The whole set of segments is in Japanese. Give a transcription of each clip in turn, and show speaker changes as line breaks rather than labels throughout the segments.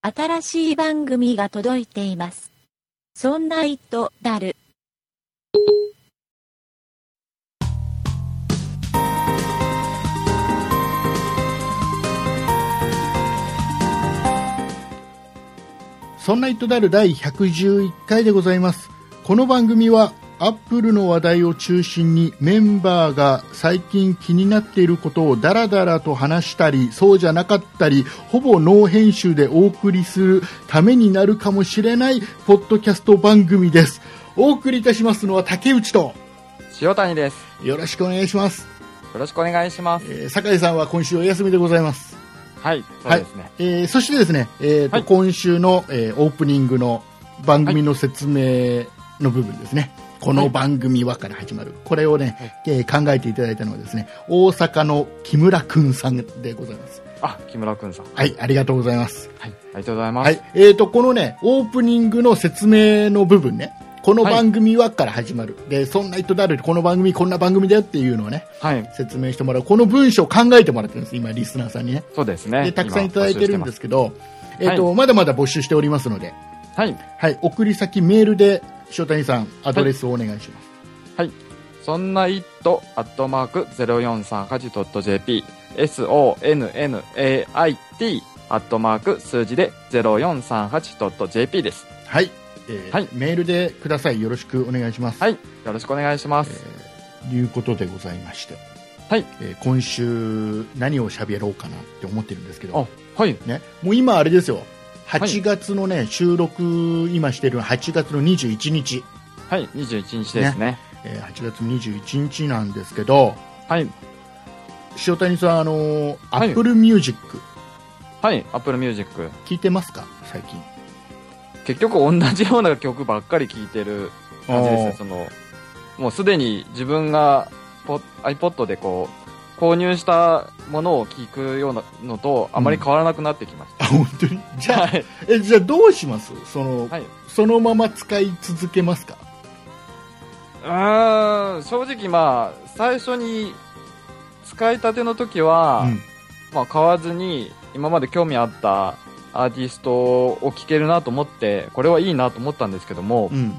新しい番組が届いています。そんな糸だる。
そんな糸である第111回でございます。この番組は、アップルの話題を中心にメンバーが最近気になっていることをダラダラと話したり、そうじゃなかったり、ほぼノー編集でお送りするためになるかもしれないポッドキャスト番組です。お送りいたしますのは竹内と、
塩谷です。
よろしくお願いします。
よろしくお願いします。
えー酒井さんは今週お休みでございます。
はい、そうですね。
えーそしてですね、えーと
はい
今週の、えーオープニングの番組の説明の部分ですね、この番組はから始まる、これをね、えー考えていただいたのはですね、大阪の木村くんさんでございます。
あ、木村くんさん。
はい、ありがとうございます。
はい、ありがとうございます。
はい、えーと、このね、オープニングの説明の部分ね、この番組はから始まる。で、そんな人だる、この番組、こんな番組だよっていうのをね、
はい、
説明してもらう。この文章を考えてもらってるんです、今、リスナーさんにね。
そうですね。。
でたくさんいただいてるんですすけど、え
募集してます
っとまだまだ募集しておりますので、
はい、
はい、送り先メールで塩谷さんアドレスをお願いします、
はい。そんな it アットマーク 0438.jp sonnait アットマーク数字で 0438.jp です。
はいえー
はい
メールでくださいよろしくお願いします、
はい、よろしくお願いします。
ということでございまして、
はい、
えー今週何を喋ろうかなって思ってるんですけど、
あ、はい、
ね、もう今あれですよ
い
8月のね、収録今してるの8月の21日、
はい、21日ですね。
えー8月21日なんですけど
はい、
塩谷さんあのー、
はい
Apple Music
はい、Apple Music。
聞いてますか最近
結局同じような曲ばっかり聴いてる感じですね。その、もうすでに自分がポ iPod でこう、購入したものを聞くようなのと、あまり変わらなくなってきまし
あ本当にじ
た。
ゃ
は
あ
い。
えじゃあどうしますその,、
はい
そのまま使い続けますか
うーん、正直まあ、最初に使いたての時は、
うん
まあ買わずに、今まで興味あったアーティストを聴けるなと思って、これはいいなと思ったんですけども、
うん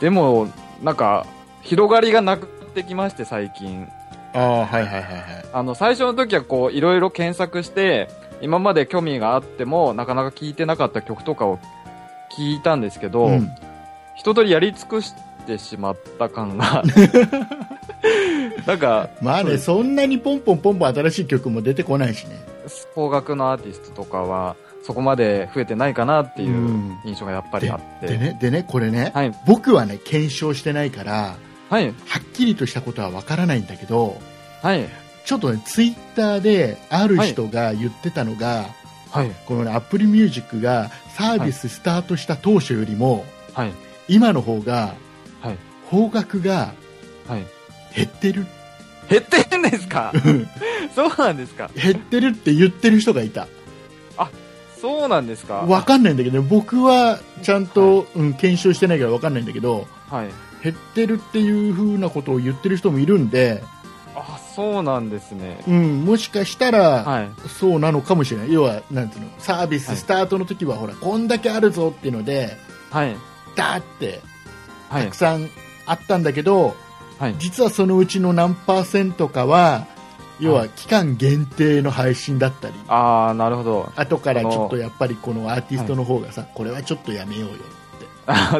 でも、なんか、広がりがなくなってきまして、最近。
ああはいはいはいはい
あの、最初の時はこう、いろいろ検索して、今まで興味があっても、なかなか聴いてなかった曲とかを聞いたんですけど、
うん
一通りやり尽くしてしまった感 が。なんか、
まあ
そう
ね
です
そんなにポンポンポンポン新しい曲も出てこないしね
邦楽のアーティストとかは、そこまで増えてないかなっていうん印象がやっぱりあって。
でねでねこれね、
はい。
僕はね検証してないから
はい。
はっきりとしたことはわからないんだけど
はい。
ちょっとねツイッターである人が言ってたのが、
はい。
このね Apple Music がサービススタートした当初よりも、
はい。
今の方が
はい。
方角が
はい。
減ってる
減ってんです かそうなんですか
減ってるって言ってる人がいた
そうなんですか
わかんないんだけどね僕はちゃんと、うん、検証してないからわかんないんだけど
はい。
減ってるっていう風なことを言ってる人もいるんで、
あ、そうなんですね。
うん、もしかしたら、
はい。
そうなのかもしれない要はなんていうのサービススタートの時は、ほらこんだけあるぞっていうので
はい。
ダーって
は
た
い
く。さんあったんだけど、
はい。
実はそのうちの何パーセントかは要
は
は期間限定の配信だったり、
ああ、なるほ ど。
後からちょっとやっぱりこのアーティストの方がさ、これはちょっとやめようよ
あ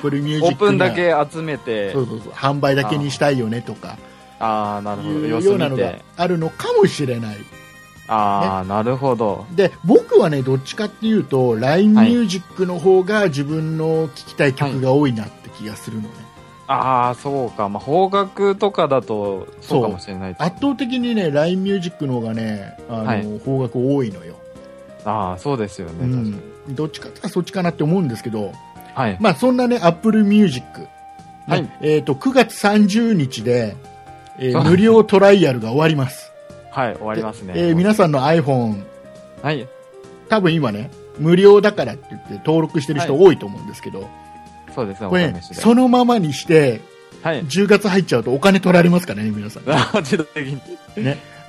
これミュージ
オ
ッ
ープ
ク
ン
が
だけ集めて
そ、うそうそう販売だけにしたいよねとか
ああ、ないるほど。
う
様
よう
子
なの
見
が
て。
あるのかもしれない
ああ、なるほど。
で僕はねどっちかっていうと LINE ミュージックの方が自分の聴きたい曲が多いなって気がするのね、
ああ、そうか。まあ、方角とかだと、そうかもしれないですね
圧倒的にね LINE ミュージックの方がねあの、
はい
方角多いのよ、
ああ、そうですよね。
う
確かに。
ん、どっちかっていうとそっちかなって思うんですけど、
はい。
まあ、そんなね Apple Music、ね
はい
えー、と9月30日で、えー
そう
無料トライアルが終わります
はい、終わりますね。
えー皆さんの iPhone
はい。
多分今ね無料だからって言って登録してる人
は
多いと思うんですけど、
そうですね、
こ
お
れ、
試
ね、
しで。
そのままにして
はい。
10月入っちゃうとお金取られます からね皆さん
あー自動的に。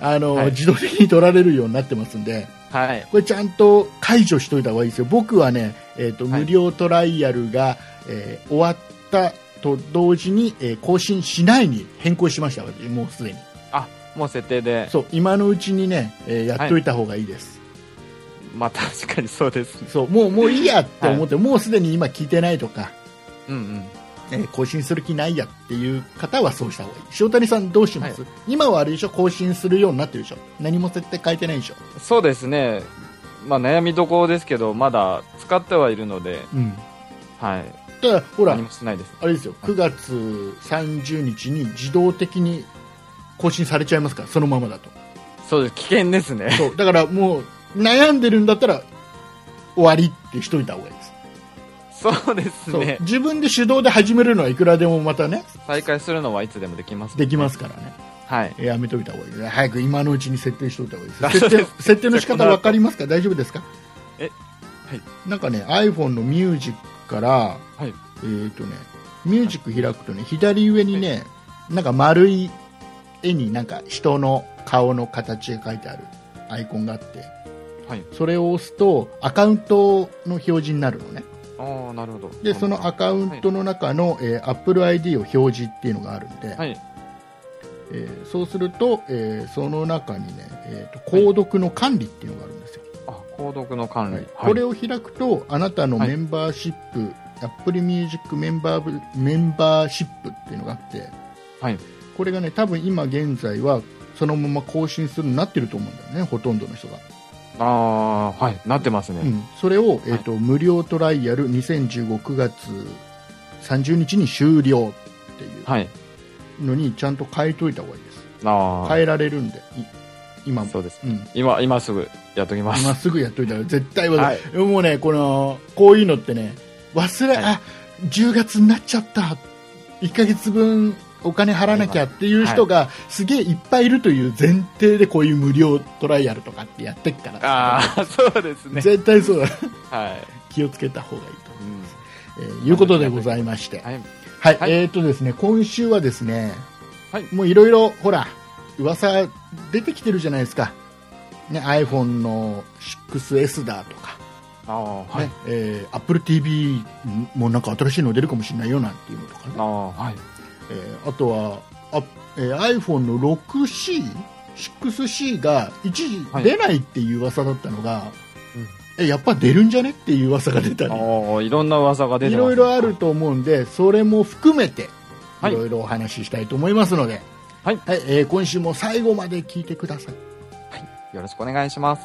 あの、
はい
自動的に取られるようになってますんで
はい。
これちゃんと解除しといた方がいいですよ。僕はね、えっ、と、
はい
無料トライアルが、えー終わったと同時に、えー更新しないに変更しました、私もうすでに。
もう設定で。
そう、今のうちにね、えーやっといた方がいいです。
まあ確かにそうですね。
そう、もう、もういいやって思って、もうすでに今聞いてないとか、
うんうん。
えー更新する気ないやっていう方はそうした方がいい。塩谷さんどうします、今はあれでしょ、更新するようになってるでしょ。何も設定変えてないでしょ。
そうですね。まあ悩みどころですけど、まだ使ってはいるので、
うん。
はい。
ただ、ほら
何、もしてないです。
あれですよ、9月30日に自動的に更新されちゃいますから、そのままだと。
そうです。危険ですね。
そう、だからもう、悩んでるんだったら、終わりってしといた方がいいです。
そうです
そう、
ね。
自分で手動で始めるのはいくらでもまたね、
再開するのはいつでもできます、。
できますすからね。
はい。
やめといた方がいいです。早く今のうちに設定しておいた方がいい
あ
です。
そう
設
で
定設定の仕方わかりますか大丈夫ですか。
えはい
なんかね、iPhone のミュージックから、
はい
えっ、とね、ミュージック開くとね、左上にね、なんか丸い絵になんか人の顔の形が書いてあるアイコンがあって、
はい。
それを押すとアカウントの表示になるのね。
ああ、なるほど。
で、そのアカウントの中の、えー Apple ID を表示っていうのがあるんで、
はい。
えーそうすると、えーその中にね、えーと購読の管理っていうのがあるんですよ、
あ、購読の管理。はい。
これを開くとあなたの
はい
メンバーシップ、Apple Music メンバーブメンバーシップっていうのがあって
はい。
これがね多分今現在はそのまま更新するようになってると思うんだよねほとんどの人が、
ああ、はい。なってますね。
うん、それを、えーと無料トライアル20159月30日に終了ってい
はい。
うのにちゃんと変えといた方がいいです
ああ、
変えられるんでい今も
そうです。
うん
今、今すぐやっときます。
今すぐやっといたら絶対忘れ、
はい
もうねこのこういうのってね忘れ、
はい
あ10月になっちゃった1ヶ月分お金払わなきゃっていう人がすげえいっぱいいるという前提でこういう無料トライアルとかってやってっから
ああ、そうです ね。
絶対そうだ
はい。
気をつけた方がいい と、
うん
えーいうことでございまして、
はい。
はい、
はい
えー、とですね、今週はですね、
はい
もういろいろ、ほら、噂出てきてるじゃないですか。ね、iPhone の 6S だとか、
ああ、はい
ね。えー Apple TV もなんか新しいの出るかもしれないよなんていうのとかね
あ。あ、はい。
えーあとは、あえー iPhone の 6C、6C が一時
はい
出ないっていう噂だったのが、えやっぱ出るんじゃねっていう噂が出たり、
ああ、いろんな噂が出
い
てます、
ろいろあると思うんで、それも含めて、
はい
いろいろお話ししたいと思いますので、
はい
えー今週も最後まで聞いてください。
よろしくお願いします。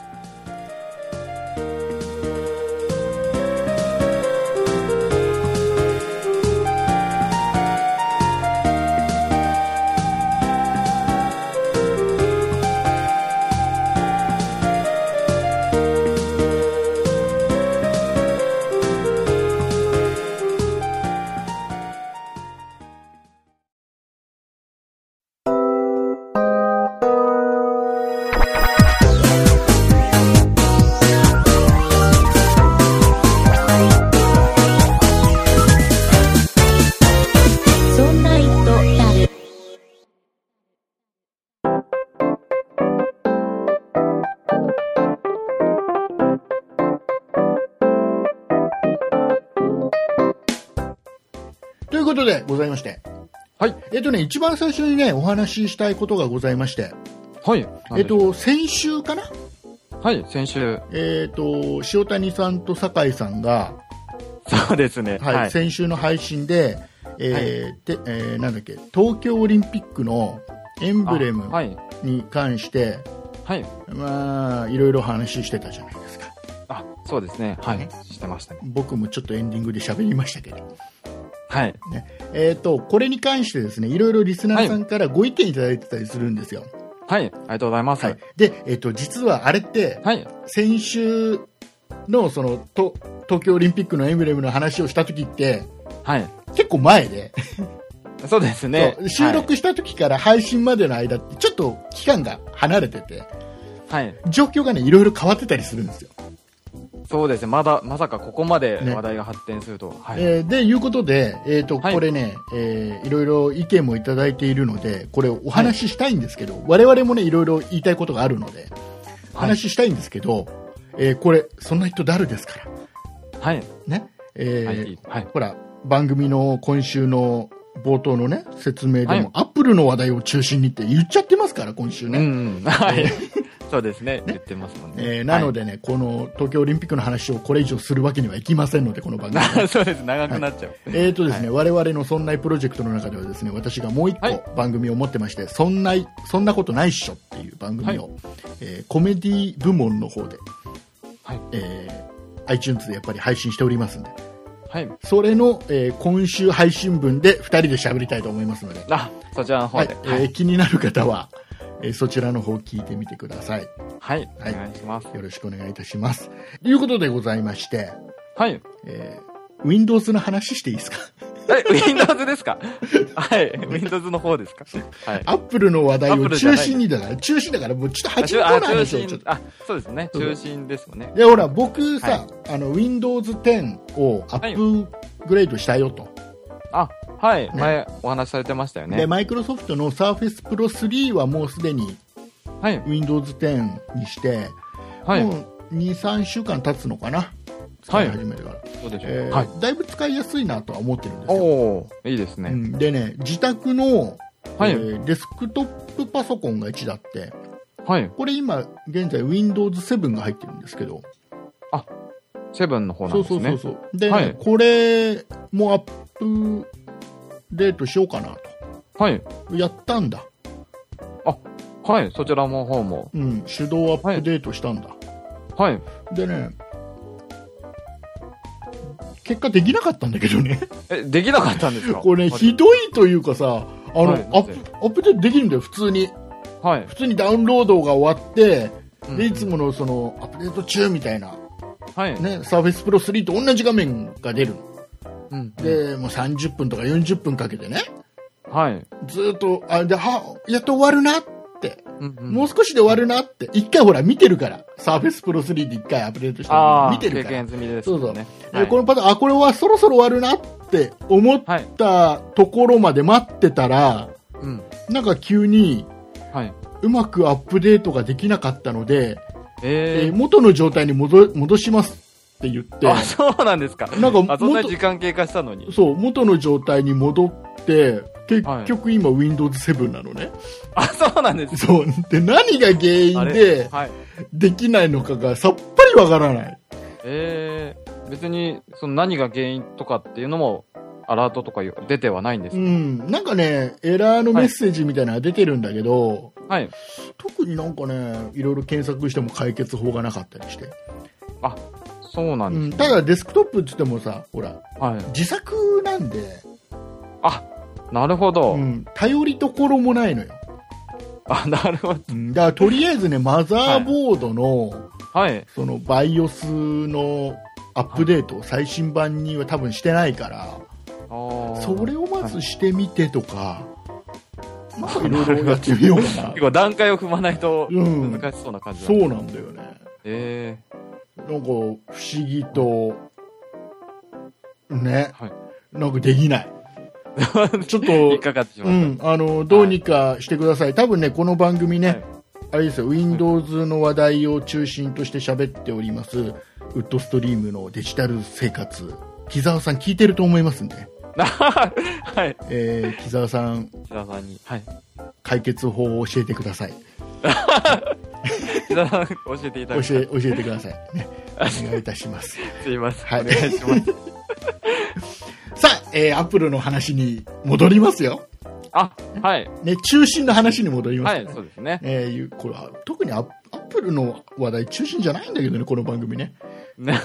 そんな糸だる。
ということでございまして、
はい。
えっとね、一番最初にね、お話ししたいことがございまして、
はい。
えっと、先週かな、
はい、先週。
えっと、塩谷さんと酒井さんが、
そうですね。
はい
はい。
先週の配信で、えーてえーなんだっけ、東京オリンピックのエンブレム
あはい。
に関して、
はい。
まあ、いろいろ話してたじゃないですか。
あ、そうですね。は
ね
い。してましたね。
僕もちょっとエンディングで喋りましたけど。
はい。
えっ、と、これに関してですね、いろいろリスナーさんからご意見いただいてたりするんですよ。
はい。ありがとうございます。
は
はいい。。
で、えっ、と、実はあれって、先週のその、と東京オリンピックのエンブレムの話をした時って、
はい。
結構前で、
そうですね
そ。う収録した時から配信までの間って、ちょっと期間が離れてて、
はい。はい。
状況がね、いろいろ変わってたりするんですよ。
そうですね。まだ、まさかここまで
ね
話題が発展すると。はい。
えーで、いうことで、えっ、と、
はい
これね、えーいろいろ意見もいただいているので、これお話ししたいんですけど、我々もね、いろいろ言いたいことがあるので、話ししたいんですけど、えーこれ、そんな人誰ですから。
はい。
ね。えー
はい。はい。
ほら、番組の今週の冒頭のね、説明でも、
はい
アップルの話題を中心にって言っちゃってますから、今週
う
ね。
んうん。はい。そうですね。言ってますもんね。
えーなのでね、この東京オリンピックの話をこれ以上するわけにはいきませんので、この番組。
はい。 そうです。長くなっちゃう。
えーとですね、我々のそんないプロジェクトの中ではですね、私がもう一
はい
個番組を持ってまして、そんない、そんなことないっしょっていう番組を、えーコメディ部門の方で、
はい
えー iTunes でやっぱり配信しておりますんで、
はい。
それの、えー今週配信分で2人で喋りたいと思いますので、
あ、そちらの
は
方
い
で。
え
は
ー
い。
気になる方は、えーそちらの方聞いてみてください。よ
はい。お
はい
願いします。
ろしくお願いいたします。ということでございまして、
はい。
えー Windows の話していいですか
え、Windows ですかはい。Windows の方ですかはい。
アップルの話題
アップ
を
ルじゃな
中
い
心にだから、中心だから、もうちょっと
あ
端っ
中
この
あ中
話をちょ
心
っ、と。
あ、そうですね。中心ですもんね。
いや、ほら、僕さ、
は
あの、Windows 10をア
はい
ップグレードしたよと。
あ、はい。前、お話しされてましたよ
で、
ね。
マイクロソフトの Surface Pro 3はもうすでに
はい。
Windows 10にして、
はい。
もう2、3週間経つのかな。使
はい
い始めてから。
そうでしょ
えー
う。はい。
だいぶ使いやすいなとは思ってるんですよ。
おおいいです
う
ね。
んでね、自宅の、
はい
えーデスクトップパソコンが1だって、
はい。
これ今、現在 Windows 7が入ってるんですけど、
セブンの方な
そ
ん
う
です
そ
ね。
うそうそう。で、
はい
これもアップデートしようかな
はい。
と。やったんだ。
はい。そちらの方も。
うん、手動アップデートしたんだ。
はい。
でね、結果できなかったんだけどね。
え、できなかったんですか
これね、
はい
ひどいというかさ、あの、
はい
アップアップデートできるんだよ、普通に。
はい。
普通にダウンロードが終わって、
うん
で、いつものその、アップデート中みたいな、
はい。
ね、Surface Pro 3と同じ画面が出る。
うん。
で、もう30分とか40分かけてね、
はい。
ずーっと、あ、で、は、やっと終わるなって、
うんうん
もう少しで終わるなって、一回ほら見てるから、サーフェスプロ3で一回アップデートした
あ
の
あ、
見てる
経
から。
験済みです、ね。
そうそう
は
で
い、
このパターン、あ、これはそろそろ終わるなって思ったところまで待ってたら、
うん。
なんか急に
はい。
うまくアップデートができなかったので、え
え
ー元の状態に戻戻しますって言って
ー、、あ、そうなんですか。
なんか
あ、そんな
元
時間経過したのに。
そう、元の状態に戻って、結局今 Windows 7なのね。
あ、そうなんです。
そう。で、何が原
あ
因
れ
で
はい。
できないのかがさっぱりわからない。
えー、別に、その何が原因とかっていうのも、アラートとかよ出てはないんです
う
か、
ん。なんかね、エラーのメッセージみたいなのが出てるんだけど、
はい。
特になんかね、いろいろ検索しても解決法がなかったりして。
そうな
うん
です、
ん。ただデスクトップって言ってもさ、ほら、
はい。
自作なんで、
なるほど。
うん、頼りどころもないのよ。
あ、なるほど。
うん。だからとりあえずね、マザーボードの、
はい。
その、バイオスのアップデート、最新版には多分してないから、
あー
それをまずしてみてとか、まあいろいろやってみようかな
結。構段階を踏まないと
うん
難しそうな感じだ、
そうなんだよね。
え
なんか不思議と、ね、
はい
なんかでき ない。
ー、
ちょっ
引っ
と、
かかってしま
う
っ
ん、あの、どうにかしてください。多分ね、この番組ね、
はい
あれですよ、Windows の話題を中心として喋っております、ウッドストリームのデジタル生活、木澤さん聞いてると思いますんで、
た。はい。
えー、木澤さん、
木田さんに。はい。
解決法を教えてください。
木田さん、教えていただき
教え、教えてください。ね、お願いいたします。
すいません。
はい
お願いします。
さあ、えー、アップルの話に戻りますよ。
あ、はい。
ね、中心の話に戻ります
は
から
い
ね、、
そうですね。
えーいうこれは特にアッアップルの話題中心じゃないんだけどね、この番組ね。
ね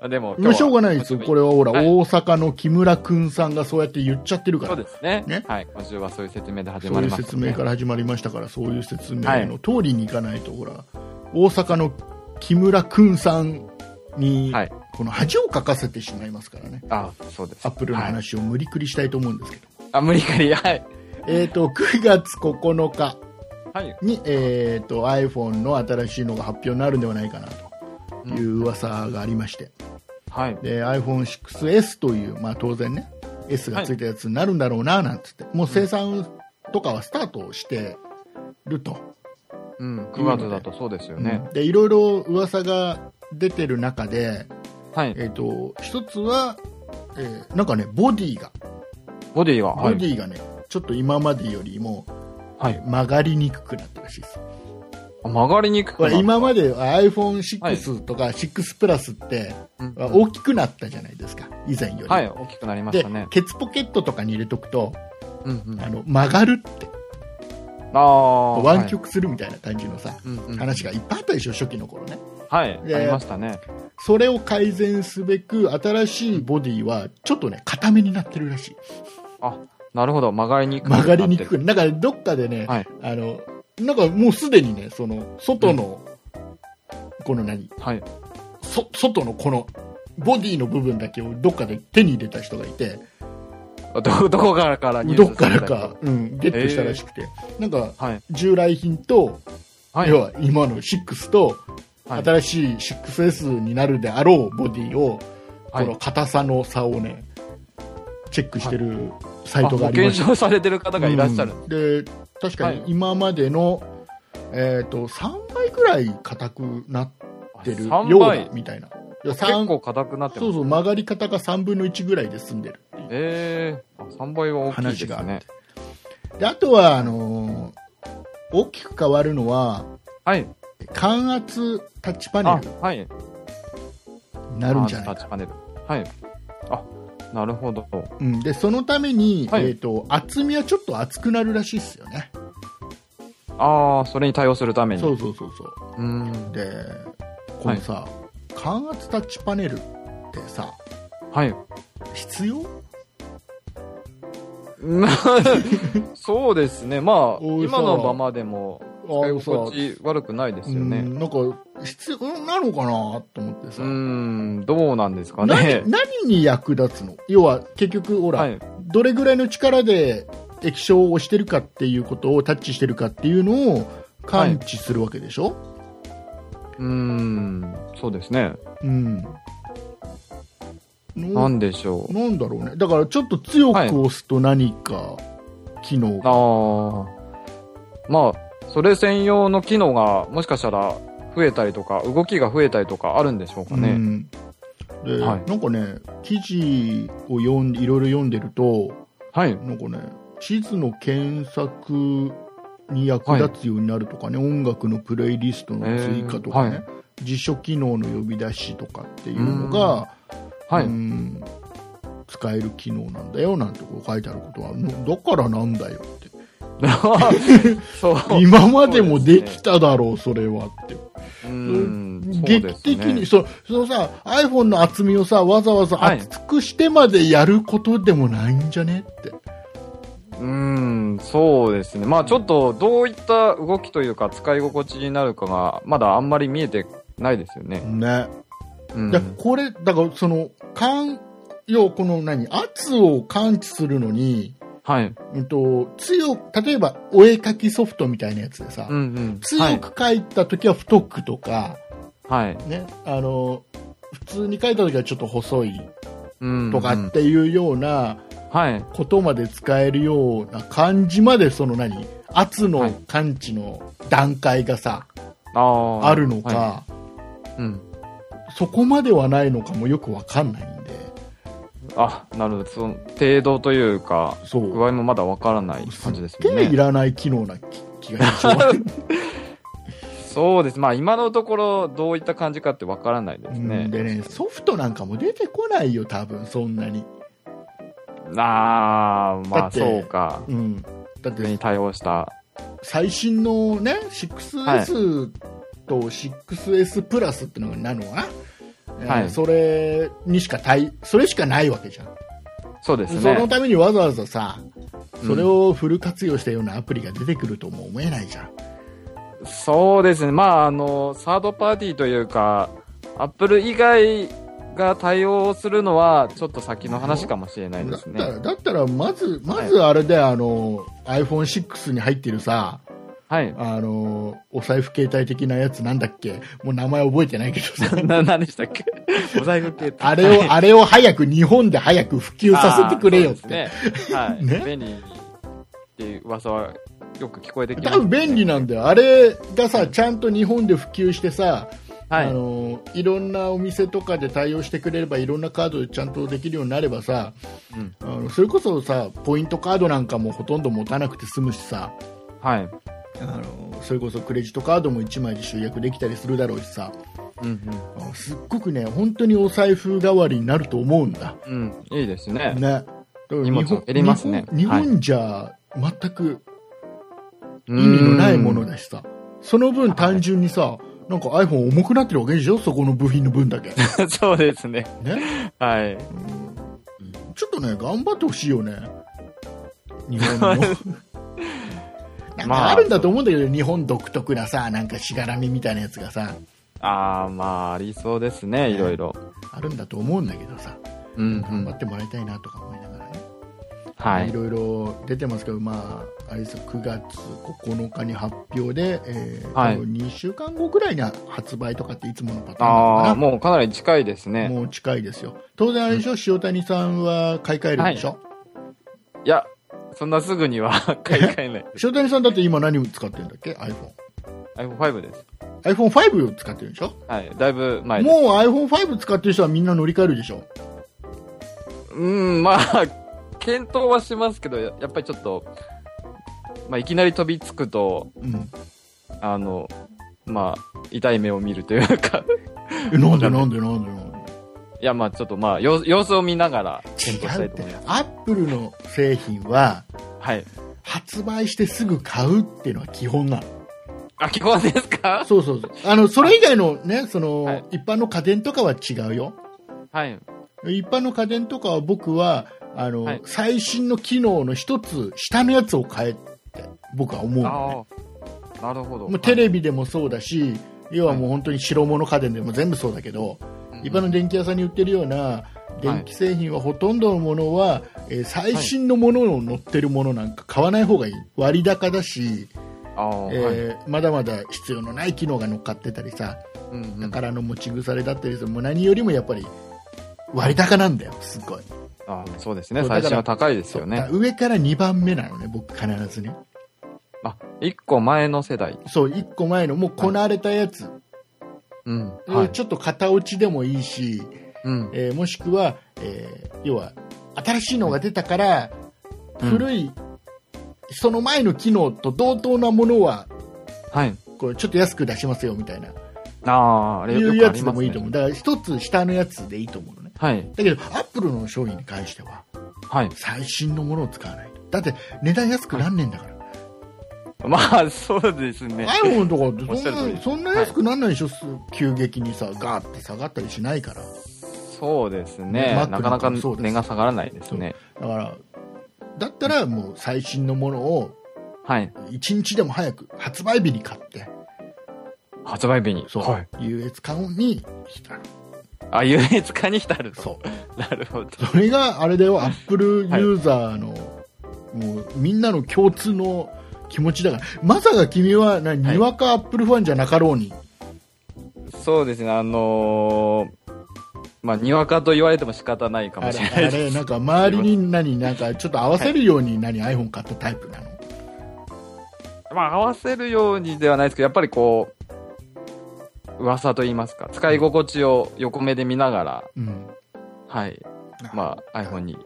あでも、
まあしょうがないですよ。これ
は。
はほら、
はい
大阪の木村くんさんがそうやって言っちゃってるか
そう
ら。
ですね
ね
はい。今週はそういう説明で始
そ
ま
うい
り
う
ました、ね。
説明から始まりましたから、そういう説明の通りにいかないと、ほら、大阪の木村くんさんに、
はい
この恥をかかせてしまいますからね。
あ、そうです。
アップルの
はい
話を無理くりしたいと思うんですけど。
あ、無理かり、はい。
えっ、と、9月9日
はい。
に、えー、と iPhone の新しいのが発表になるんではないかなという噂がありまして、
はい。
で iPhone6S という、まあ、当然ね S がついたやつになるんだろうななんつって、もう生産とかはスタートしてるとうん、
9月だとそうですよね。
でいろいろ噂が出てる中で、
はい。
えっと一つは、えーなんかねボディが
ボディは、
ボ
は
デ
い。
ィがね、ちょっと今までよりも、
はい
曲がりにくくなったらしいです。
あ曲がりにくく
こ
な
れ
る。
今まで
はい
iPhone6 とか6プラスって
うん
あ大きくなったじゃないですか、以前より。
はい、大きくなりまし
で
たね、。
ケツポケットとかに入れとくと、
うんうん。
あ
あ
の曲がるって、
あー。
湾曲するみたいな感じのさ、
はい、うんうん
話がいっぱいあったでしょ、初期の頃ね。
はい、
で
ありましたね。
それを改善すべく、新しいボディは、ちょっとね、硬めになってるらしい。
なるほど、曲がりにくくな
曲
ってる
がりにくく。なんか、どっかでね、
はい、
あの、なんかもうすでにね、その、外の、この何、
はい。
そ、外のこの、ボディの部分だけをどっかで手に入れた人がいて、
ど、どこからから入手
どっから
された
か、うん、ゲットしたらしくて、なんか、
はい。
従来品と、
はい。
要は今の6と、
はい
新しい 6S になるであろうボディを、こ
はい
の硬さの差をね、チェックしてるサイ
あ
トが
保
あり
険
ました。
証されてる方がいらっしゃる。
うんで、確かに
はい
今までの、えっ、と、3倍くらい硬くなってる
あ
よう
倍
だ、みたいな。いや
結
三
構硬くなってます。
そうそう、曲がり方が3分の1ぐらいで済んでるっていう
ええー、3倍は大きい
話
で
があ
す
って。
ね。
であとは、あのー大きく変わるのは、
はい。
感圧タッチパ
あ
ネル、
はい。
になるんじゃない
あタッチパネル。はい。あ、なるほど。
うん、でそのために、
はい
えー、と厚みはちょっと厚くなるらしいですよね、
ああ、それに対応するために。。
そううそうそうそう
ーん。
うでこのさ、感圧タッチパネルってさ
はい。
必要
まあそうですね。まあ、
おい
今のままでも、使い
あ
心地悪くないですよ
う
ね。
んなんか必要なのかなと思って
う
さ、
ーん、どうなんですかね
何。何に役立つの要は結局ほら、
はい。
どれぐらいの力で液晶を押してるかっていうことをタッチしてるかっていうのを感知するわけでしょ、
うーん、そうですね。
うんの
なんでしょう。
なんだろうね。だからちょっと強く押すと何か機能が、
ああ。まあ、それ専用の機能が、もしかしたら、増えたりとか、動きが増えたりとかあるんでしょうか
う
ね。
んで、
はい
なんかね、記事を読んで、いろいろ読んでると、
はい。
なんかね、地図の検索に役立つようになるとかね、音楽のプレイリストの追加とかね、
えー
辞書機能の呼び出しとかっていうのが、
は
う
い。
ん使える機能なんだよなんてこう書いてあることは、もうだからなんだよって。
そう。
今までもできただろう、それはって。
うーん
劇的に、。そう、そのさ、iPhone の厚みをさ、わざわざ
はい
厚くしてまでやることでもないんじゃねって。
そうですねうーん、そうですね。まあちょっと、どういった動きというか、使い心地になるかが、まだあんまり見えてないですよね。
ね。
うん
で、これ、だから、その、感、要はこの何、圧を感知するのに、
はい。
うんと、強く、例えば、お絵かきソフトみたいなやつでさ、
うんうん。
強く書いた時は太くとか、
はい。はい。
ね、あの、普通に書いた時はちょっと細い
うんうん
とかっていうような、
はい。
ことまで使えるような感じまでその何圧の感知の段階がさ、
ああ。
あるのか、
はうん。
そこまではないのかもよくわかんないんで
あ、なるほど。その、程度というか、
そ
具
う
合もまだわからない
すっ
感じです
げ
もん
えい
ね。
らない機能な気気がしま
そうです。まあ、今のところ、どういった感じかってわからないです
す
ね。
でねソフトなんかも出てこないよ多分そんなに、
ああ、ま
だ
あ、
って
そうか。
うん、だっ
それ
て
に対応した。
最新のね 6S と 6S プラスってのがなのは、
はい
えーそれにしか対それしかないわけじゃん
そうです
その
ね。
ためにわざわざさ、
うん
それをフル活用したようなアプリが出てくるとも思えないじゃん。
そうですね。まあ、あの、サードパーティーというか、アップル以外が対応するのは、ちょっと先の話かもしれない
だ
で
っ
す
たら、
ね。
だったらまず、まずあれで、あの、iPhone6 に入ってるさ、
はい。。
あの、お財布携帯的なやつなんだっけもう名前覚え てないけどさ
な、何でしたっけ お財布系
あれを、あれを早く、日本で早く普及させてくれよって。
あーそうですね、はい、
ね
便利っていう噂はよく聞こえてきます
多分便利なんだよ、あれがさ、ちゃんと日本で普及してさ、
はい
あのいろんなお店とかで対応してくれれば、いろんなカードでちゃんとできるようになればさ、
うん
あのそれこそさ、ポイントカードなんかもほとんど持たなくて済むしさ、
はい
あのそれこそクレジットカードも1枚で集約できたりするだろうしさ、
うん
あのすっごくね、本当にお財布代わりになると思うんだ。
うん、うん、いいですね
ね、だから
荷物を減りますね
日本
はい
日本じゃ全く
意
意味のないものだしさ、その分単純にさ、なんか iPhone 重くなってるわけでしょそこの部品の分 だけ。ね。
そうですねはい
ちょっとね、頑張ってほしいよね。日 本の。なん
まあ
かあるんだと思うんだけど、日本独特なさ、なんかしがらみみたいなやつがさ、
ああまあありそうですねいろいろ
あるんだと思うんだけどさ、
うんう
頑張
ん
ってもらいたいなとか思いながらね。
はいい
ろいろ出てますけど、まあ、あれですよ9月9日に発表で、えー
はい
多分2週間後ぐらいに発売とかっていつものパターンなの
あ
かな
あもうかなり近いですね
もう近いですよ。当然あれでしょ、塩谷さんは買い替えるでしょ、
いやそんなすぐには 買い替えない
塩谷さんだって今何を使ってるんだっけ ?iPhone。
iPhone5 です。
iPhone5 を使ってるでしょ、
はい。だいぶ前です。
もう iPhone5 使ってる人はみんな乗り換えるでしょ
うん、まあ、検討はしますけど、ややっぱりちょっと、まあ、いきなり飛びつくと、
うん。
あの、まあ、痛い目を見るというか、
え、なんでなんでなんでなんで
いや、まあ、ちょっとまあ、様子様子を見ながら検討し
違
た
うっ
いと
て
思います。、
アップルの製品は
はい。
発売してすぐ買うっていうのは基本なの。
あ、基本ですか
そうそうそう。あの、それ以外のね、その、
はい
一般の家電とかは違うよ。
はい。
一般の家電とかは僕は、あの、
はい
最新の機能の一つ、下のやつを変えって、僕は思うのね。
ああ、なるほど。
もうテレビでもそうだし、要はもう本当に白物家電でも全部そうだけど、
はい
一般の電気屋さんに売ってるような電気製品はほとんどのものは、えー最新のものの乗ってるものなんか買わない方がいい。割高だし、
ああ、
え
はい。
ーまだまだ必要のない機能が乗っかってたりさ、
うんうんあ
宝の持ち腐れだったりするもう何よりもやっぱり割高なんだよすっごい
あそうですね。
そうだから
最新は高いですよ
だか
ね
ら。上から2番目なのね僕必ずね
あ、一個前の世代。
そう1個前のもうこなれたやつ、
うん。はい。
ちょっと型落ちでもいいし、
うん。
えーもしくは、えー要は新しいのが出たから、
うん
古いその前の機能と同等なものは
はい。
こうちょっと安く出しますよみたいな
ああ、あれ
い
よ
う
くあ
や
り
つで
ま
すも
ね。
いいと思うだから一つ下のやつでいいと思うのね
はい。
だけどアップルの商品に関しては
はい。
最新のものを使わないとだって値段安くなんねえんだから、
まあ、そうですね。
iPhone とか
おっ
って
し
そ
ゃる通り
ん
で
な
す
そんな安くなんないでしょ、急激にさガーって下がったりしないから
そうです
マ
ね
ッ。ク
なかな
な
か
んかそうです
値が下がらないですね。
だからだったらもう最新のものを
はい。
1日でも早く発売日に買って
発売日に。
そう、
はい。
US カウンにした
あ、優越化に浸ると。
そう
なるほど。
それがあれだよアップルユ
はい
ーザーの、もうみんなの共通の気持ちだからまさか君はなにわかアップルファンじゃなかろうに、
そうですね。あのー、まあ、にわかと言われても仕方ないか
あ
も
れ
しれな
あ
い
れ
で
な
す
ん。か周りに何なんかちょっと合わせるように何、iPhone 買ったタイプなの
まあ、合わせるようにではないですけど、やっぱりこう、噂と言いますか、使い心地を横目で見ながら、
うん
はい。まあ、iPhone に。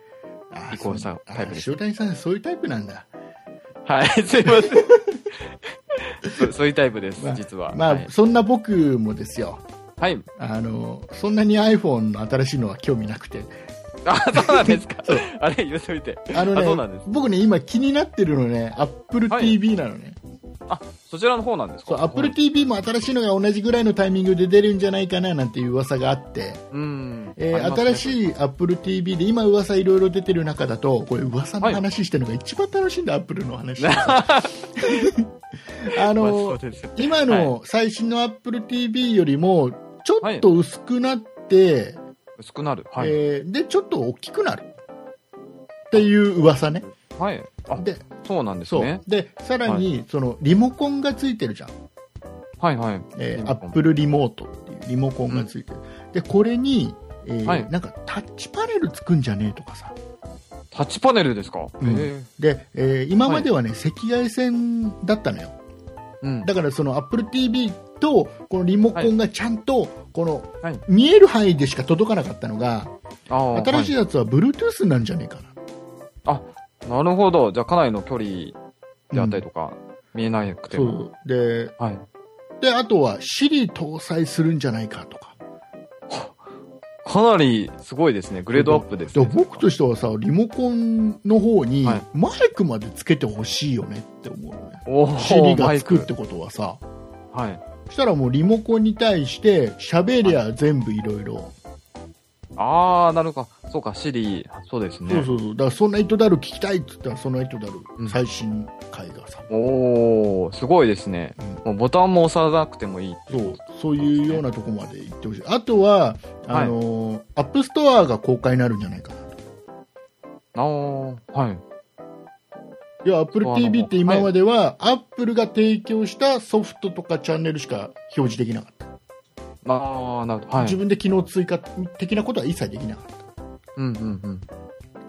あ
移行したタイプです
そうあ塩谷さんそういうタイプなんだ
はい、すいま せん。そそういうタイプです
まあ、
実は。
まあ、
はい
そんな僕もですよ
はい。
あのそんなに iPhone の新しいのは興味なくて
あ、そうなんで すか。あれ、言うといて。
あのね
あそうなんです
僕ね今気になってるのね AppleTV なのね、
そちらの方なんです
そう
か
AppleTV も新しいのが同じぐらいのタイミングで出るんじゃないかななんていう噂があって、
うん。
えー新
い。
しい AppleTV で今噂いろいろ出てる中だとこれ噂の話してるのが一番楽しいんだ、Apple の 話あ
まあ
の、
そうですよ
今の最新の AppleTV よりもちょっと薄くなって、
薄くなる。はい。
えーでちょっと大きくなるっていう噂ね
はい。あ、
で
そうなんです
そう
ね。
でさらに、そのリモコンがついてるじゃん
はいはい。
えー、
リモ
ア
コン
ップルリモートっていうリモコンがついてる、でこれに、えー
はい
なんかタッチパネルつくんじゃねえとかさ
タ8パネルですか、
うん
え
で、えー今まではね、赤外線だったのよ
ーうん
だからその AppleTV とこのリモコンがちゃんとこの
はい
見える範囲でしか届かなかったのが、
あー
新しい
は
やつは Bluetooth なんじゃねえかな、
いなるほどじゃあかなりの距離であったりとか、見えなくて
そ
も
うで
はい
であとは Siri 搭載するんじゃないかとか
かなりすごいですねグレードアップです、
で
ね、
僕としてはさリモコンの方に
はい
マイクまでつけてほしいよねって思うのね、
おー
Siri
マ
が
イ
つく
ク
ってことはさ
はい
そしたらもうリモコンに対して喋りゃ全部いろいろ
ああなるほどそうかシリそうですね
そうそうそうだから「そんな人だる聞きたい」っつったら「そんな人だる
うん
最新回がさ、
おおすごいですね、もうボタンも押さなくてもいいってい
そうそういうようなとこまで行ってほしいあとは
はい
あの、アップストアが公開になるんじゃないかな
あーはい
いや AppleTV って今
はい
までは、アップルが提供したソフトとかチャンネルしか表示できなかった、
ああなるほどはい
自分で機能追加的なことは一切できなかった
うんうんうん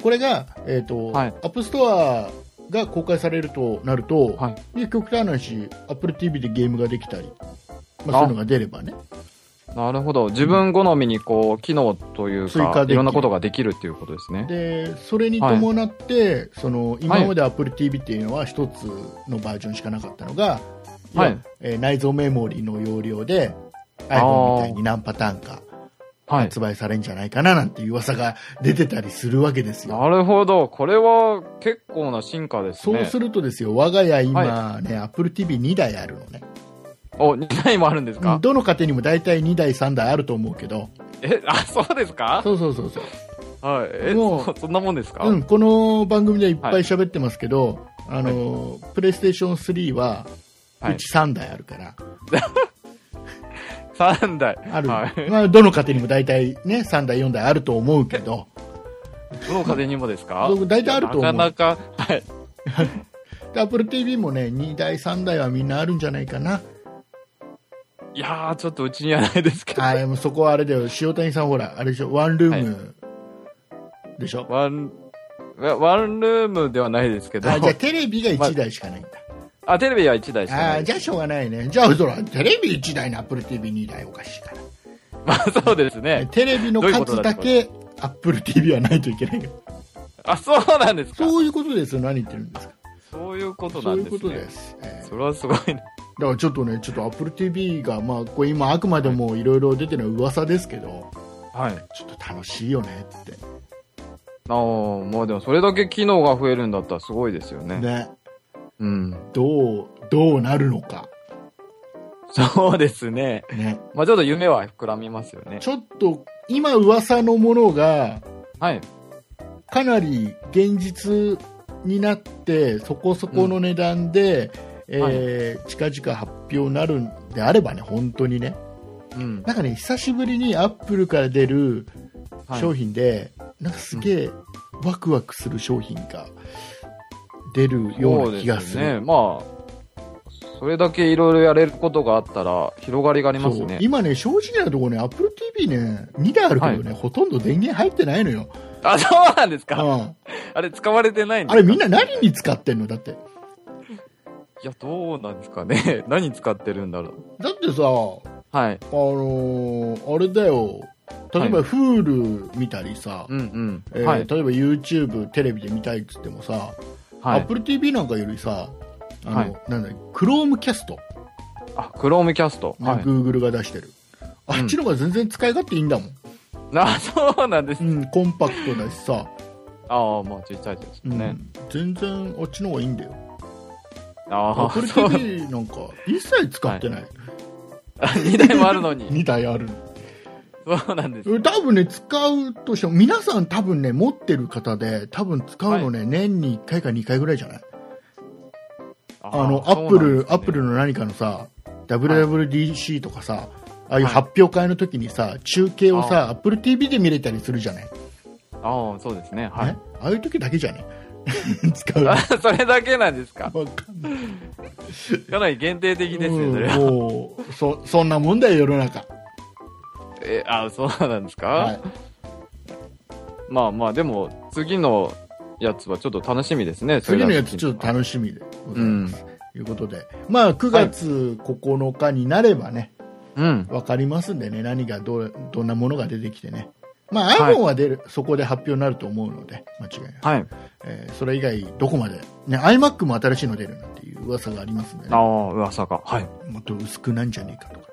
これが、えーと
はい
アップストアが公開されるとなると、
はい
で極端な話 AppleTV でゲームができたり、まあ、そういうのが出ればね
なるほど。自分好みにこう、機能という
追加
か
でき、る
いろんなことができるっていうことですね。
でそれに伴って、その今まで AppleTV っていうのは一つのバージョンしかなかったのが、
はい
要えー内蔵メモリの容量で
あー
iPhone みたいに何パターンか
はい。
発売されんじゃないかななんていう噂が出てたりするわけですよ。
なるほど。これは結構な進化です
そう
ね。
するとですよ、我が家今ね、AppleTV2 台あるのね。
お、2台もあるんですか、
どの家庭にも大体2台3台あると思うけど、
え、あ、そうですか
そうそうそうそう。
はい。え、
もう
そそんなもんですか、
うん、この番組ではいっぱい喋ってますけど、あの、プレイステーション3は、
は
う
い。
ち3台あるから、
3台。
ある、
はい。
まあ、どの家庭にも大体ね、3台、4台あると思うけど、
どの風にもですか
僕大体あると思う
いやなかなか、はい。
AppleTV もね、2台、3台はみんなあるんじゃないかな。
いやー、ちょっとうちにはないですけど。
あーもうそこはあれだよ、塩谷さん、ほら、あれでしょ、ワンルームでしょ。
ワン、ワワンルームではないですけど。
あじゃあテレビが1台しかないんだ。
あ、テレビは1台しか
あ
な
ー
い
じ
で
ゃあ
す。
しょうがないね。じゃあ、そら、テレビ1台の AppleTV2 台おかしいから。
まあ、そうですね。
テレビの
どういうこと
数
だ
だけ AppleTV はないといけないよ。
あ、そうなんですか
そういうことですよ、何言ってるんですか。
そういうこと
そ
な
うい
ん
う
ですね。
ことです。えー
それはすごいな。
だからちょっとね、ちょっと AppleTV が、まあ、これ今、あくまでもいろいろ出てるのは噂ですけど、
はい。
ちょっと楽しいよねって。
ああ、まあでもそれだけ機能が増えるんだったらすごいですよね。
ね、
うん。
どう、どうなるのか。
そうですね。
ね、
まあちょっと夢は膨らみますよね。
ちょっと、今噂のものが、
はい。
かなり現実になって、そこそこの値段で、えー近々発表になるんであればね、本当にね。
うん。
なんかね、久しぶりにアップルから出る
はい、
商品で、なんかすげえワクワクする商品が出るような気がす
そうですね。
る。
まあ、それだけいろいろやれることがあったら広がりがあります
そう
ね。
今ね、正直なところね、Apple TV ね、2台あるけどね、ほとんど電源入ってないのよ。
あ、そうなんですか、
うん
あれ使われてないんで
あ
す
れ
か
みんな何に使ってんのだって。
いや、どうなんですかね。 何使ってるんだろう。
だってさ、あの
はい。
ーあれだよ、例えば
は
Hulu 見たりさ、
うんう
えー
ん。はい。
例えば YouTube テレビで見たいっつってもさ、
はい。
Apple TV なんかよりさ、あの、
はい
なんだ Chromecast。
あ、クロームキャスト。
ね
はい。
Google が出してる。あっちの方が全然使い勝手いいんだもん。
あ、そうなんです。
うん、コンパクトだしさ、
ああ、まあ小さいです
うん
ね。
全然あっちの方がいいんだよ。
ああ、
Apple
そう
TV なんか一切使ってない。
2台もあるのに。
2台ある。
そうなん です。
うん多分ね、使うとしても、皆さん多分ね、持ってる方で、多分使うのね、年に1回か2回ぐらいじゃない
あ
あの、
そ
ア
うなん
ッ
で
プ
すね
ル、アップルの何かのさ、WWDC とかさ、ああいう発表会の時にさ、中継をさ、Apple TV で見れたりするじゃない、
ああ、そうですね。はい
ね。ああいう時だけじ ゃね使うの
あ それだけなんですか
わかんない
かなり限定的ですね、それ
うん
は。
もうそそんなもんだよ世の中
え、あそうなんですか、
はい
まあまあ、でも、次のやつはちょっと楽しみですね。
次のやつちょっと
し
楽しみでござ
み。う
いま
ん
す。。ということで、まあ、9月9日になればね、
うん。
わかりますんでね、何がどうどんなものが出てきてね。まあ、
はい
iPhone は出る、そこで発表になると思うので、間違いない。
はい。
えーそれ以外、どこまで、ね、iMac も新しいの出るなんていう噂がありますんで
あ
ね、
あ、噂が。はい。
もっと薄くなんじゃねえかとか。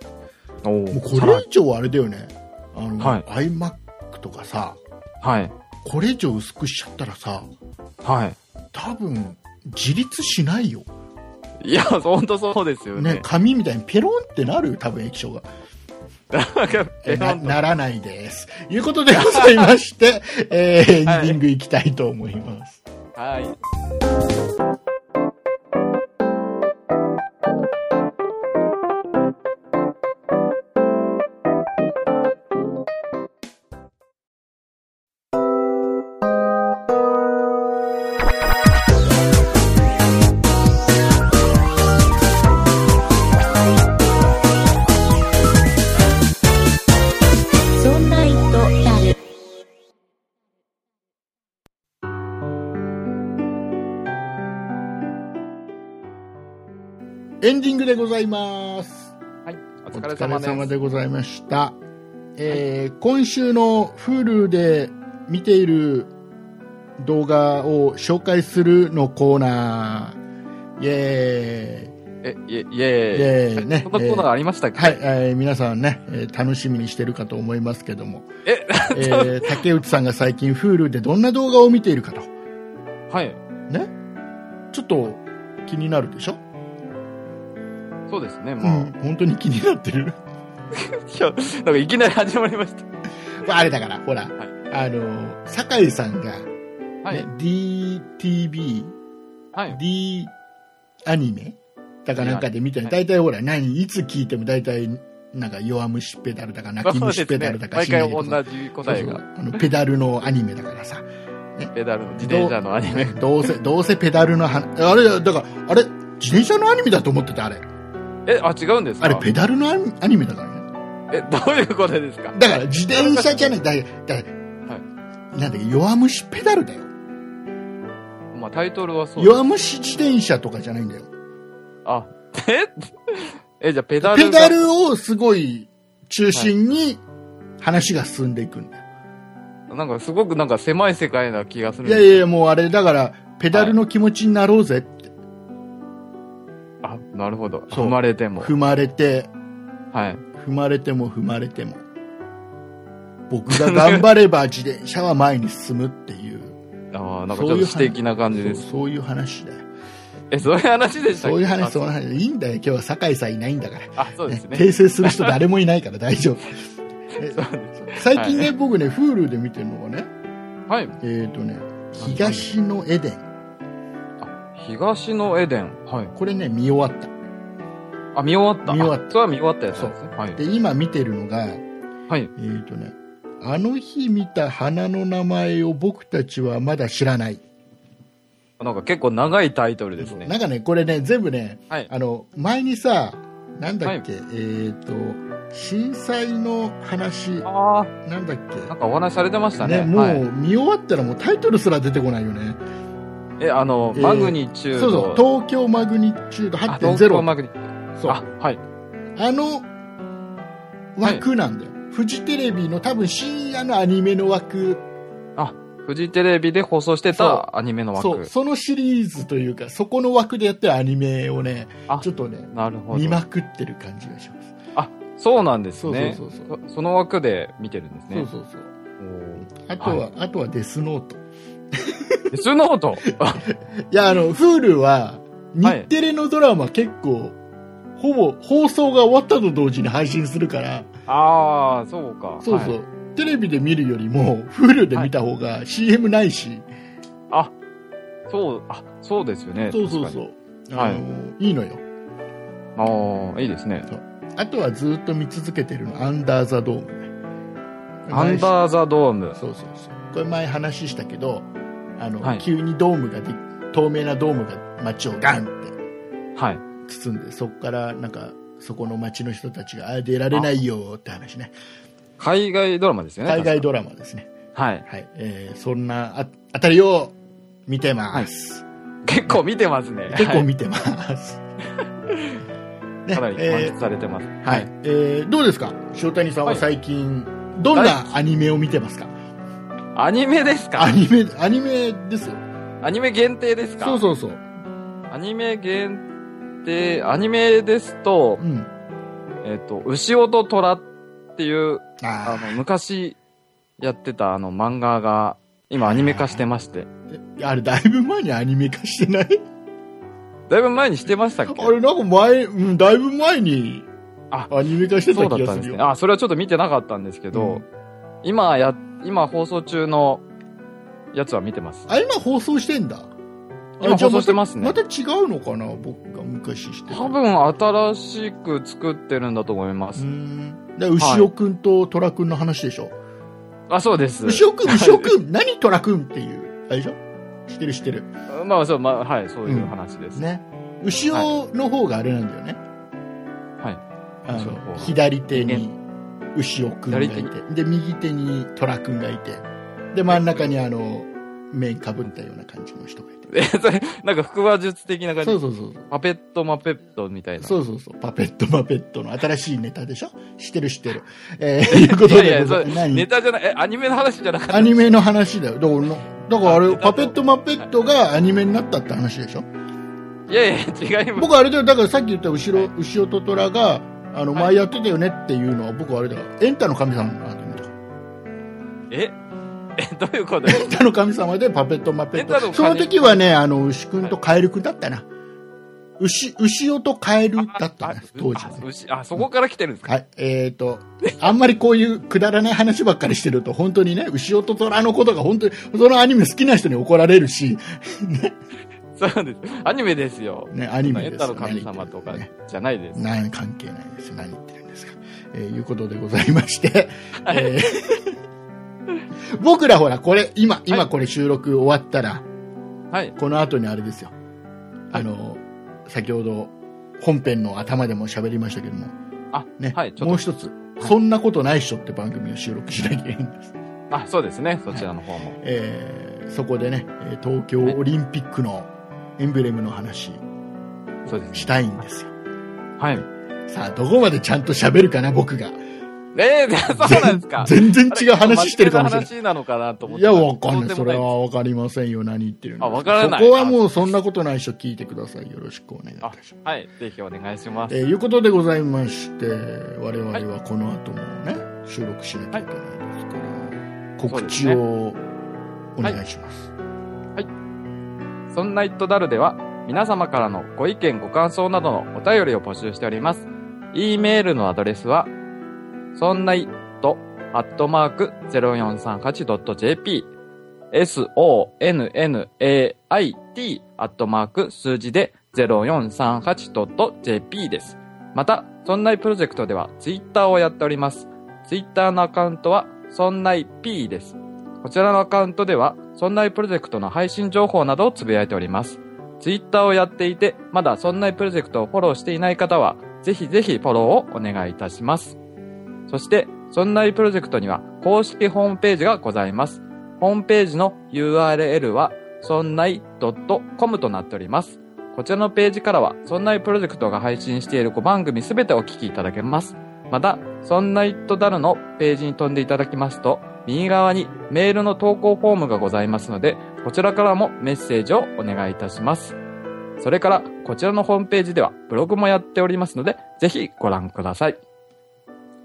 お
もう
お。
これ以上あれだよね、あの、
は
iMac とかさ、
はい。
これ以上薄くしちゃったらさ、
は
多分、自立しないよ。
い。いや、ほんとそうですよ
ね
ね、。
紙みたいにペロンってなるよ、多分液晶が。
なんか
え
え
ーな
なんだ
ならないです。いうことでございまして、 えーエンデ
はい
ィングいきたいと思います。
はい。
そんな糸だる、
エンディングでございます。
はい。お
お
疲れ様です。
でございました。えー今週の Hulu で見ている動画を紹介するのコーナー。イエ
え、いえ、い
ーイ。イ
え。
エーイね
そんなコーナーありましたっけ、
はい、えー皆さんね、えー楽しみにしてるかと思いますけども、
え、
え ー竹内さんが最近 Hulu でどんな動画を見ているかと、
はい。
ちょっと気になるでしょ、
そうですね。
う
まあ、
ん、本当に気になってる
いや、なんかいきなり始まりました。
あれだから、ほら、
はい
あの、酒井さんが、ね
はい。
DTV、
はい。
D アニメだかなんかで見たら、
はい
大体ほら、何、いつ聞いても大体、なんか弱虫ペダルだか泣き
そう
虫
です
ペ
ね
ダルだ。か
毎
知んない
回
けど
同
さ
じ
そう
答
そ
え
う
が。
あのペダルのアニメだからさ。
ペダルの自転車のアニメ。
どうせ、どうせペダルのは、あれ、だから、あれ、自転車のアニメだと思ってた、あれ。
え、あ、違うんですか
あれ、ペダルのアニアニメだからね。
え、どういうことですか
だから、自転車じゃない、だから、だから、
は
なんだっけ、弱虫ペダルだよ。
まあ、タイトルはそうです。
弱虫自転車とかじゃないんだよ。
あ、え え、じゃあペダル
ペ
が。
ダルをすごい中心に話が進んでいくんだよ。
なんかすごくなんか狭い世界な気がする
い
ん
や
です
いやいや、もうあれ、だから、ペダルの気持ちになろうぜって
あ、なるほど。
そう
踏まれても。
踏まれて、
はい。
踏まれても踏まれても。僕が頑張れば自転車は前に進むっていう。
ああ、なんか
そう
ちょっ
いう話
と素敵な感じで
そ
す。
うそういう話だよ。
え、そういう話でしたっけ
そういう話、
あ
そういう話。いいんだよ。今日は酒井さんいないんだから。
あ、そうです
ね
ね。
訂正する人誰もいないから大丈 夫。え最近ね、
は
僕ね、Hulu で見てるのがね、
はい。
えっ、とね、東のエデン。
東のエデン。はい。
これね、見終わった。
あ、見終わった。
見終わった
あそれは見終わったやつなんですね。はい。
で、今見てるのが、えっ、
はい。
とね、あの日見た花の名前を僕たちはまだ知らない。
なんか結構長いタイトルです
な
ね。
んかね、これね、全部ね、
はい。
あの、前にさ、なんだっけ、えっ、と、震災の話、
ああ、
なんだっけ、
なんかお話しされてましたね。
ね、も
はい、
う見終わったらもうタイトルすら出てこないよね。
え、あの、
えー
マグニチュー
そう
ド。
そう、東京マグニチュード
あ東京
8.0。
マグニ
そう
あ
あ、
はい。
の枠なんだよ。フジテレビの多分深夜のアニメの枠
フジテレビで放送して
そ
たアニメの枠。
そう、そのシリーズというか、そこの枠でやってるアニメをね
あ、
ちょっとね、
なるほ
見
ど。
まくってる感じがします。
あ、そうなんです
そうそう
ね。
そうそう。
そその枠で見てるんです
そう
ね。
そうそう。
おー
あとは、あとはデスノート。
デスノー ト
いや、あの、フールは、
はい
日テレのドラマ結構、ほぼ放送が終わったと同時に配信するから、
ああ、そうか。
そうそう、
はい
テレビで見るよりも、フールで見た方が CM ないし、
あ、そう、あ、そうですよね。
そうそうそう。あ
は
の、
い
いいのよ。
確かに。ああ、いいですね。
あとはずっと見続けてるの、アンダーザドームね。
アン
ー
ダーザドーム。
そうそうそう。これ前話したけど、あの、
はい
急にドームがで、透明なドームが街をガンって
はい。
包んでそこからなんかそこの町の人たちがあ出られないよって話ね
海外ドラマですよね。
海外
ド
ドラマですね、
ラマ。はい。
はいえーそんなあ当たりを見てます。
結構見てますね。
結構
はい
見て ます。ね
かなり満
え
喫されてます。
ーはい。えーどうですか塩谷さんは最近、どんなアニメを見てますか
アニメですか
アニメ、アニメですよ。
アニメ限定ですか
そうそうそう。
アニメ限定、アニメですと
う、ん。
えっ、と、牛尾と虎っていう、あ
あ
の、昔やってたあの漫画が、今アニメ化してまして。
あ、あれだいぶ前にアニメ化して ない
だいぶ前にしてましたっけ
あれなんか前、うん、だいぶ前に
あ
アニメ化して
そ
た
うだっ
気
た
が
ん
す
です
る
ね。
よ。
あ、それはちょっと見てなかったんですけど、
うん
今や、今放送中のやつは見てます。
あ、今放送してんだ。
今
あじゃあ
放送してますね
またまた違うのかな僕が昔してた
多分新しく作ってるんだと思いま
う
す。
ん。だから牛尾くんと虎くんの話でしょ。
あ、そうです。
牛尾くん、牛尾くん、何虎くんっていう。あれでしょ知ってる知ってる。
まあそう、まあ、はい、そういう話です。
ね。牛尾の方があれなんだよね。
はい。
あ
牛尾の方
の
が
左手に牛尾くんがいて
左、
で、右手に虎くんがいて、で、真ん中にあの、面かぶったような感じの人がいて。
え、それ、なんか腹話術的な感じ
そうそうそう。
パペットマペットみたいな。
そうそうそう。パペットマペットの新しいネタでしょ知ってる知って る。えー、いうこと
いやい
で
や、
ござ
そ
います、
れ、ネタじゃない、え、アニメの話じゃなかった。
アニメの話だよ。だから俺の、だからあ
あ
れ、
ネタ
パペットマペットがアニメになったって話でしょ
いやいや、 違います。
僕あれだよ、だからさっき言った後ろ、後ろと虎が、あの、
はい
前やってたよねっていうのは、僕あれだよ。エンタの神様なんだと思った。
ええ、どういうことです
エンタの神様でパペットマペッ
エンタの
ト。
神
その時はね、あの、牛くんとカエルくんだったな。牛、牛尾とカエルだった
あ
な、当時は
あ
ね。
牛あ、そこから来てるんですか
はい、えっ、と、あんまりこういうくだらない話ばっかりしてると、本当にね、牛尾と虎のことが本当に、そのアニメ好きな人に怒られるし、
そうです。アニメですよ。
ね、アニメ
エ
です
ンタ
よ
の神様とか
ね
じゃないです。
何関係ないです何言ってるんですか、えーいうことでございまして、えー僕らほらこれ今
は
今
い
これ収録終わったら、
はい。
この後にあれですよあの、先ほど本編の頭でも喋りましたけども、
あ、
ね
はい、ちょ
もう
っ
一つ、そんなことないっしょ」って番組を収録しなきゃいけないんです、
と。あ、そうですね。そちらの方も。
えーそこでねえー東京オリンピックのエンブレムの話
そうで
し
すね。
たいんですよ
はい。
さあどこまでちゃんと喋るかな僕が
えー、そうなんですか。
全然違う話してるかもしれない。
真面目な話なのかなと思っ
い
てた
や、
んです。
わかんない。
そ
そう
で
れ
も
はわかりませんよ。何言ってるの
あわからない
そこはもう、そんなことない人聞いてください。よろしくお願いいたします。
はい。ぜひお願いします。
えーいうことでございまして、我々はこの後もね、収録しなきゃいけないですから、告知をお願いします。
そんなイットダルでは、皆様からのご意見、ご感想などのお便りを募集しております。e メールのアドレスは、そんな it アットマーク 0438.jp、sonnait アットマーク数字で 0438.jp です。また、そんないプロジェクトではツイッターをやっております。ツイッターのアカウントは、そんない P です。こちらのアカウントでは、そんないプロジェクトの配信情報などをつぶやいております。ツイッターをやっていて、まだそんないプロジェクトをフォローしていない方は、ぜひぜひフォローをお願いいたします。そして、そんないプロジェクトには公式ホームページがございます。ホームページの URL は、そんない .com となっております。こちらのページからは、そんないプロジェクトが配信している5番組すべてお聞きいただけます。また、そんなイットダルのページに飛んでいただきますと、右側にメールの投稿フォームがございますので、こちらからもメッセージをお願いいたします。それから、こちらのホームページではブログもやっておりますので、ぜひご覧ください。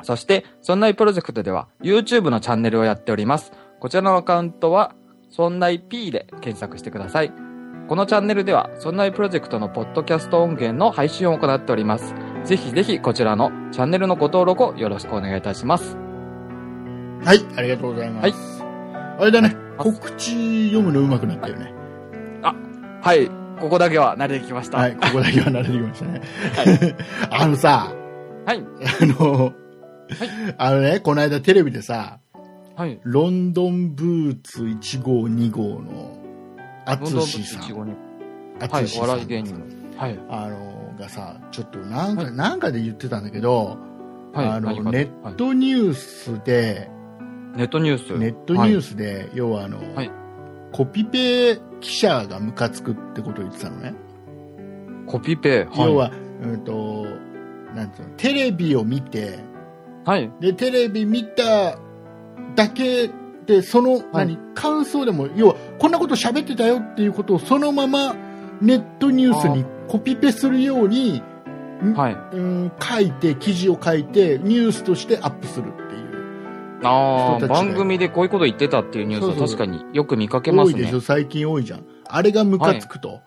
そして、そんないプロジェクトでは YouTube のチャンネルをやっております。こちらのアカウントは、そんない P で検索してください。このチャンネルでは、そんないプロジェクトのポッドキャスト音源の配信を行っております。ぜひぜひこちらのチャンネルのご登録をよろしくお願いいたします。
はい、ありがとうございます。あれだね、
あ
告知読むの上手くなったよね。
はい、ここだけは慣れてきました。
はい、ここだけは慣れてきましたね。 あのさ、
はい。
あの、あのね、この間テレビでさ、
はい。
ロンドンブーツ1号2号のア
ロン
ツ
ドンブ
シ
ーツ
さ
1
ん。
号に。
ア
はい
ツシ、
お
さん
笑い芸人の。はい。
あの、がさ、ちょっとなんか、
はい
なんかで言ってたんだけど、
はい。
あの
何、か
ネ
は
ッ
い
トニュースで、
ネットニュース。
ネットニュー
ス。
スで、要はあの、
はい
コピペ記者がムカつくってことを言ってたのね。
コピペ。はい。
要は、うんと、なんつうの、テレビを見て、
はい。
で、テレビ見ただけで、その、何、感想でも、要は、こんなこと喋ってたよっていうことをそのままネットニュースにコピペするように、
はい。
うん、書いて、記事を書いて、ニュースとしてアップするっていう。人
ああ、
たちが
番組でこういうこと言ってたっていうニュース
そう
は
そう
確かによく見かけま
多
す
いで
ね
し。ょ、最近多いじゃん。あれがムカつくと。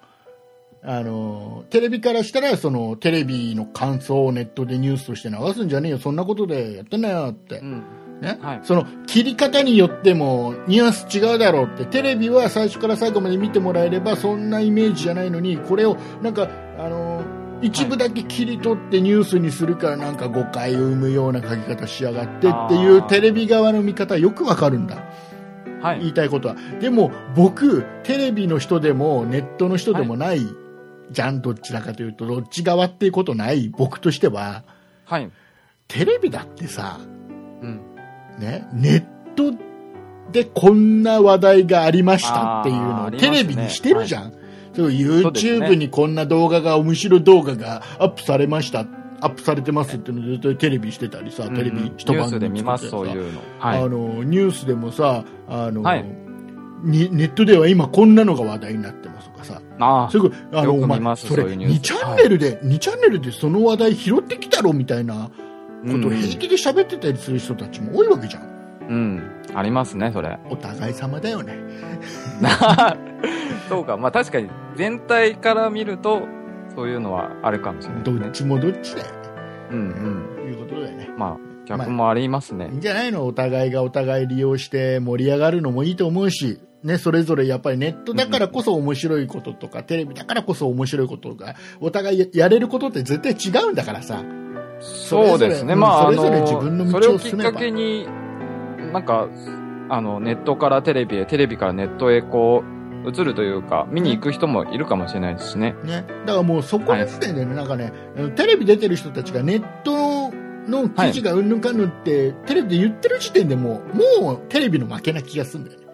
あの、テレビからしたら、その、テレビの感想をネットでニュースとして流すんじゃねえよ、そんなことでやってんなよって。
うん。
ね
はい
その切り方によってもニュアンス違うだろうってテレビは最初から最後まで見てもらえればそんなイメージじゃないのにこれをなんかあの一部だけ切り取ってニュースにするからなんか誤解を生むような書き方しやがってってい
あ
う
ー
テレビ側の見方よくわかるんだ
はい。
言いたいことはでも僕テレビの人でもネットの人でもない、じゃんどちらかというとどっち側っていうことない僕としては
はい。
テレビだってさ
うん。
ね、ネットでこんな話題がありましたっていうの
あ
を
ー
テレビにしてるじゃん。そう YouTube にこんな動画が、面白い動画がアップされました、アップされてますっていうのをずっとテレビしてたりさ、テレ
うんう
ビ
ん
一
ニュ
番
ースで見ます、そういうの。はい
あ。の、ニュースでもさ、あの、
はい
にネットでは今こんなのが話題になってますとかさ、
あ
それこそあの、
よく
お
見
前、
ます
それ
そういうニュース
2チャンネルで、2チャンネルでその話題拾ってきたろみたいな
あ、
ことを平気で喋ってたりする人たちも多いわけじゃん。
うん。うん。ありますね、それ。
お互い様だよね。
そうか。まあ確かに、全体から見ると、そういうのはあるかもしれないで
ど
す
っ
ね。
ちもどっちだよね。
うんうん。
いうことだよね。
まあ、逆もありますね
いい。んじゃないのお互いがお互い利用して盛り上がるのもいいと思うし、ね、それぞれやっぱりネットだからこそ面白いこととか、テレビだからこそ面白いことが、お互いやれることって絶対違うんだからさ。
そうですね。
うん
まあ、
そ
あ
れぞれ
の
自分の
それ
道
を
を
き
進
っ
めば
かけに、なんか、あの、ネットからテレビへ、テレビからネットへこう、移るというか、見に行く人もいるかもしれないですしね。
ね。だからもうそこの時点でね、なんかね、テレビ出てる人たちがネットの記事がうんぬんかんぬんって、テレビで言ってる時点でもう、もうテレビの負けな気がするんだよね。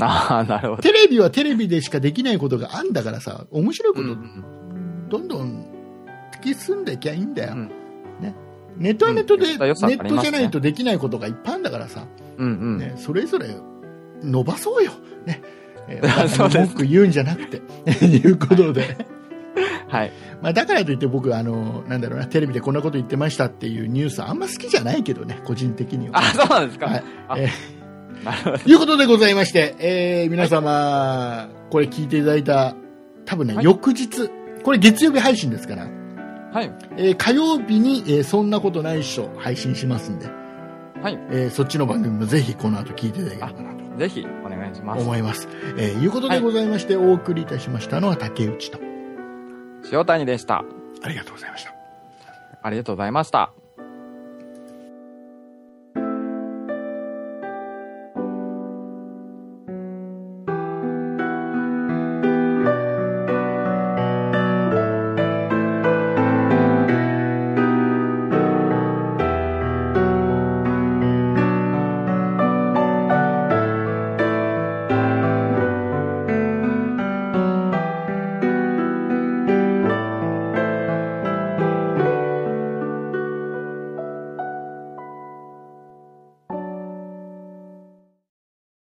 ああ、 なるほど。
テレビはテレビでしかできないことがあんだからさ、面白いこ
うんう
と
ん
どんどん突き進んできゃいいんだよ、
うん
ね、ネットはネットで、
うん
ネ
良さあり
ッ
ますね
トじゃないとできないことがいっぱいあるんだからさ、
うんうん。
ね、それぞれ伸ばそうよ、ね え
そ
ー、
うで
文
す
句言うんじゃなく ていうことで、
はい。
まあ、だからといって僕あのなんだろうなテレビでこんなこと言ってましたっていうニュースあんま好きじゃないけどね個人的には。
あ、そうなんですか。
はい
あ
え
なるほど。
ということでございまして、えー皆様、これ聞いていただいた多分ね、
はい
翌日これ月曜日配信ですから
はい。
えー火曜日に、えーそんなことないっしょ配信しますんで、
はい。
えーそっちの番組もぜひこの後聞いていただければなと
ぜひ、お願いします。
思います。えーいうことでございまして、お送りいたしましたのは竹内と。
塩谷でした。
ありがとうございました。
ありがとうございました。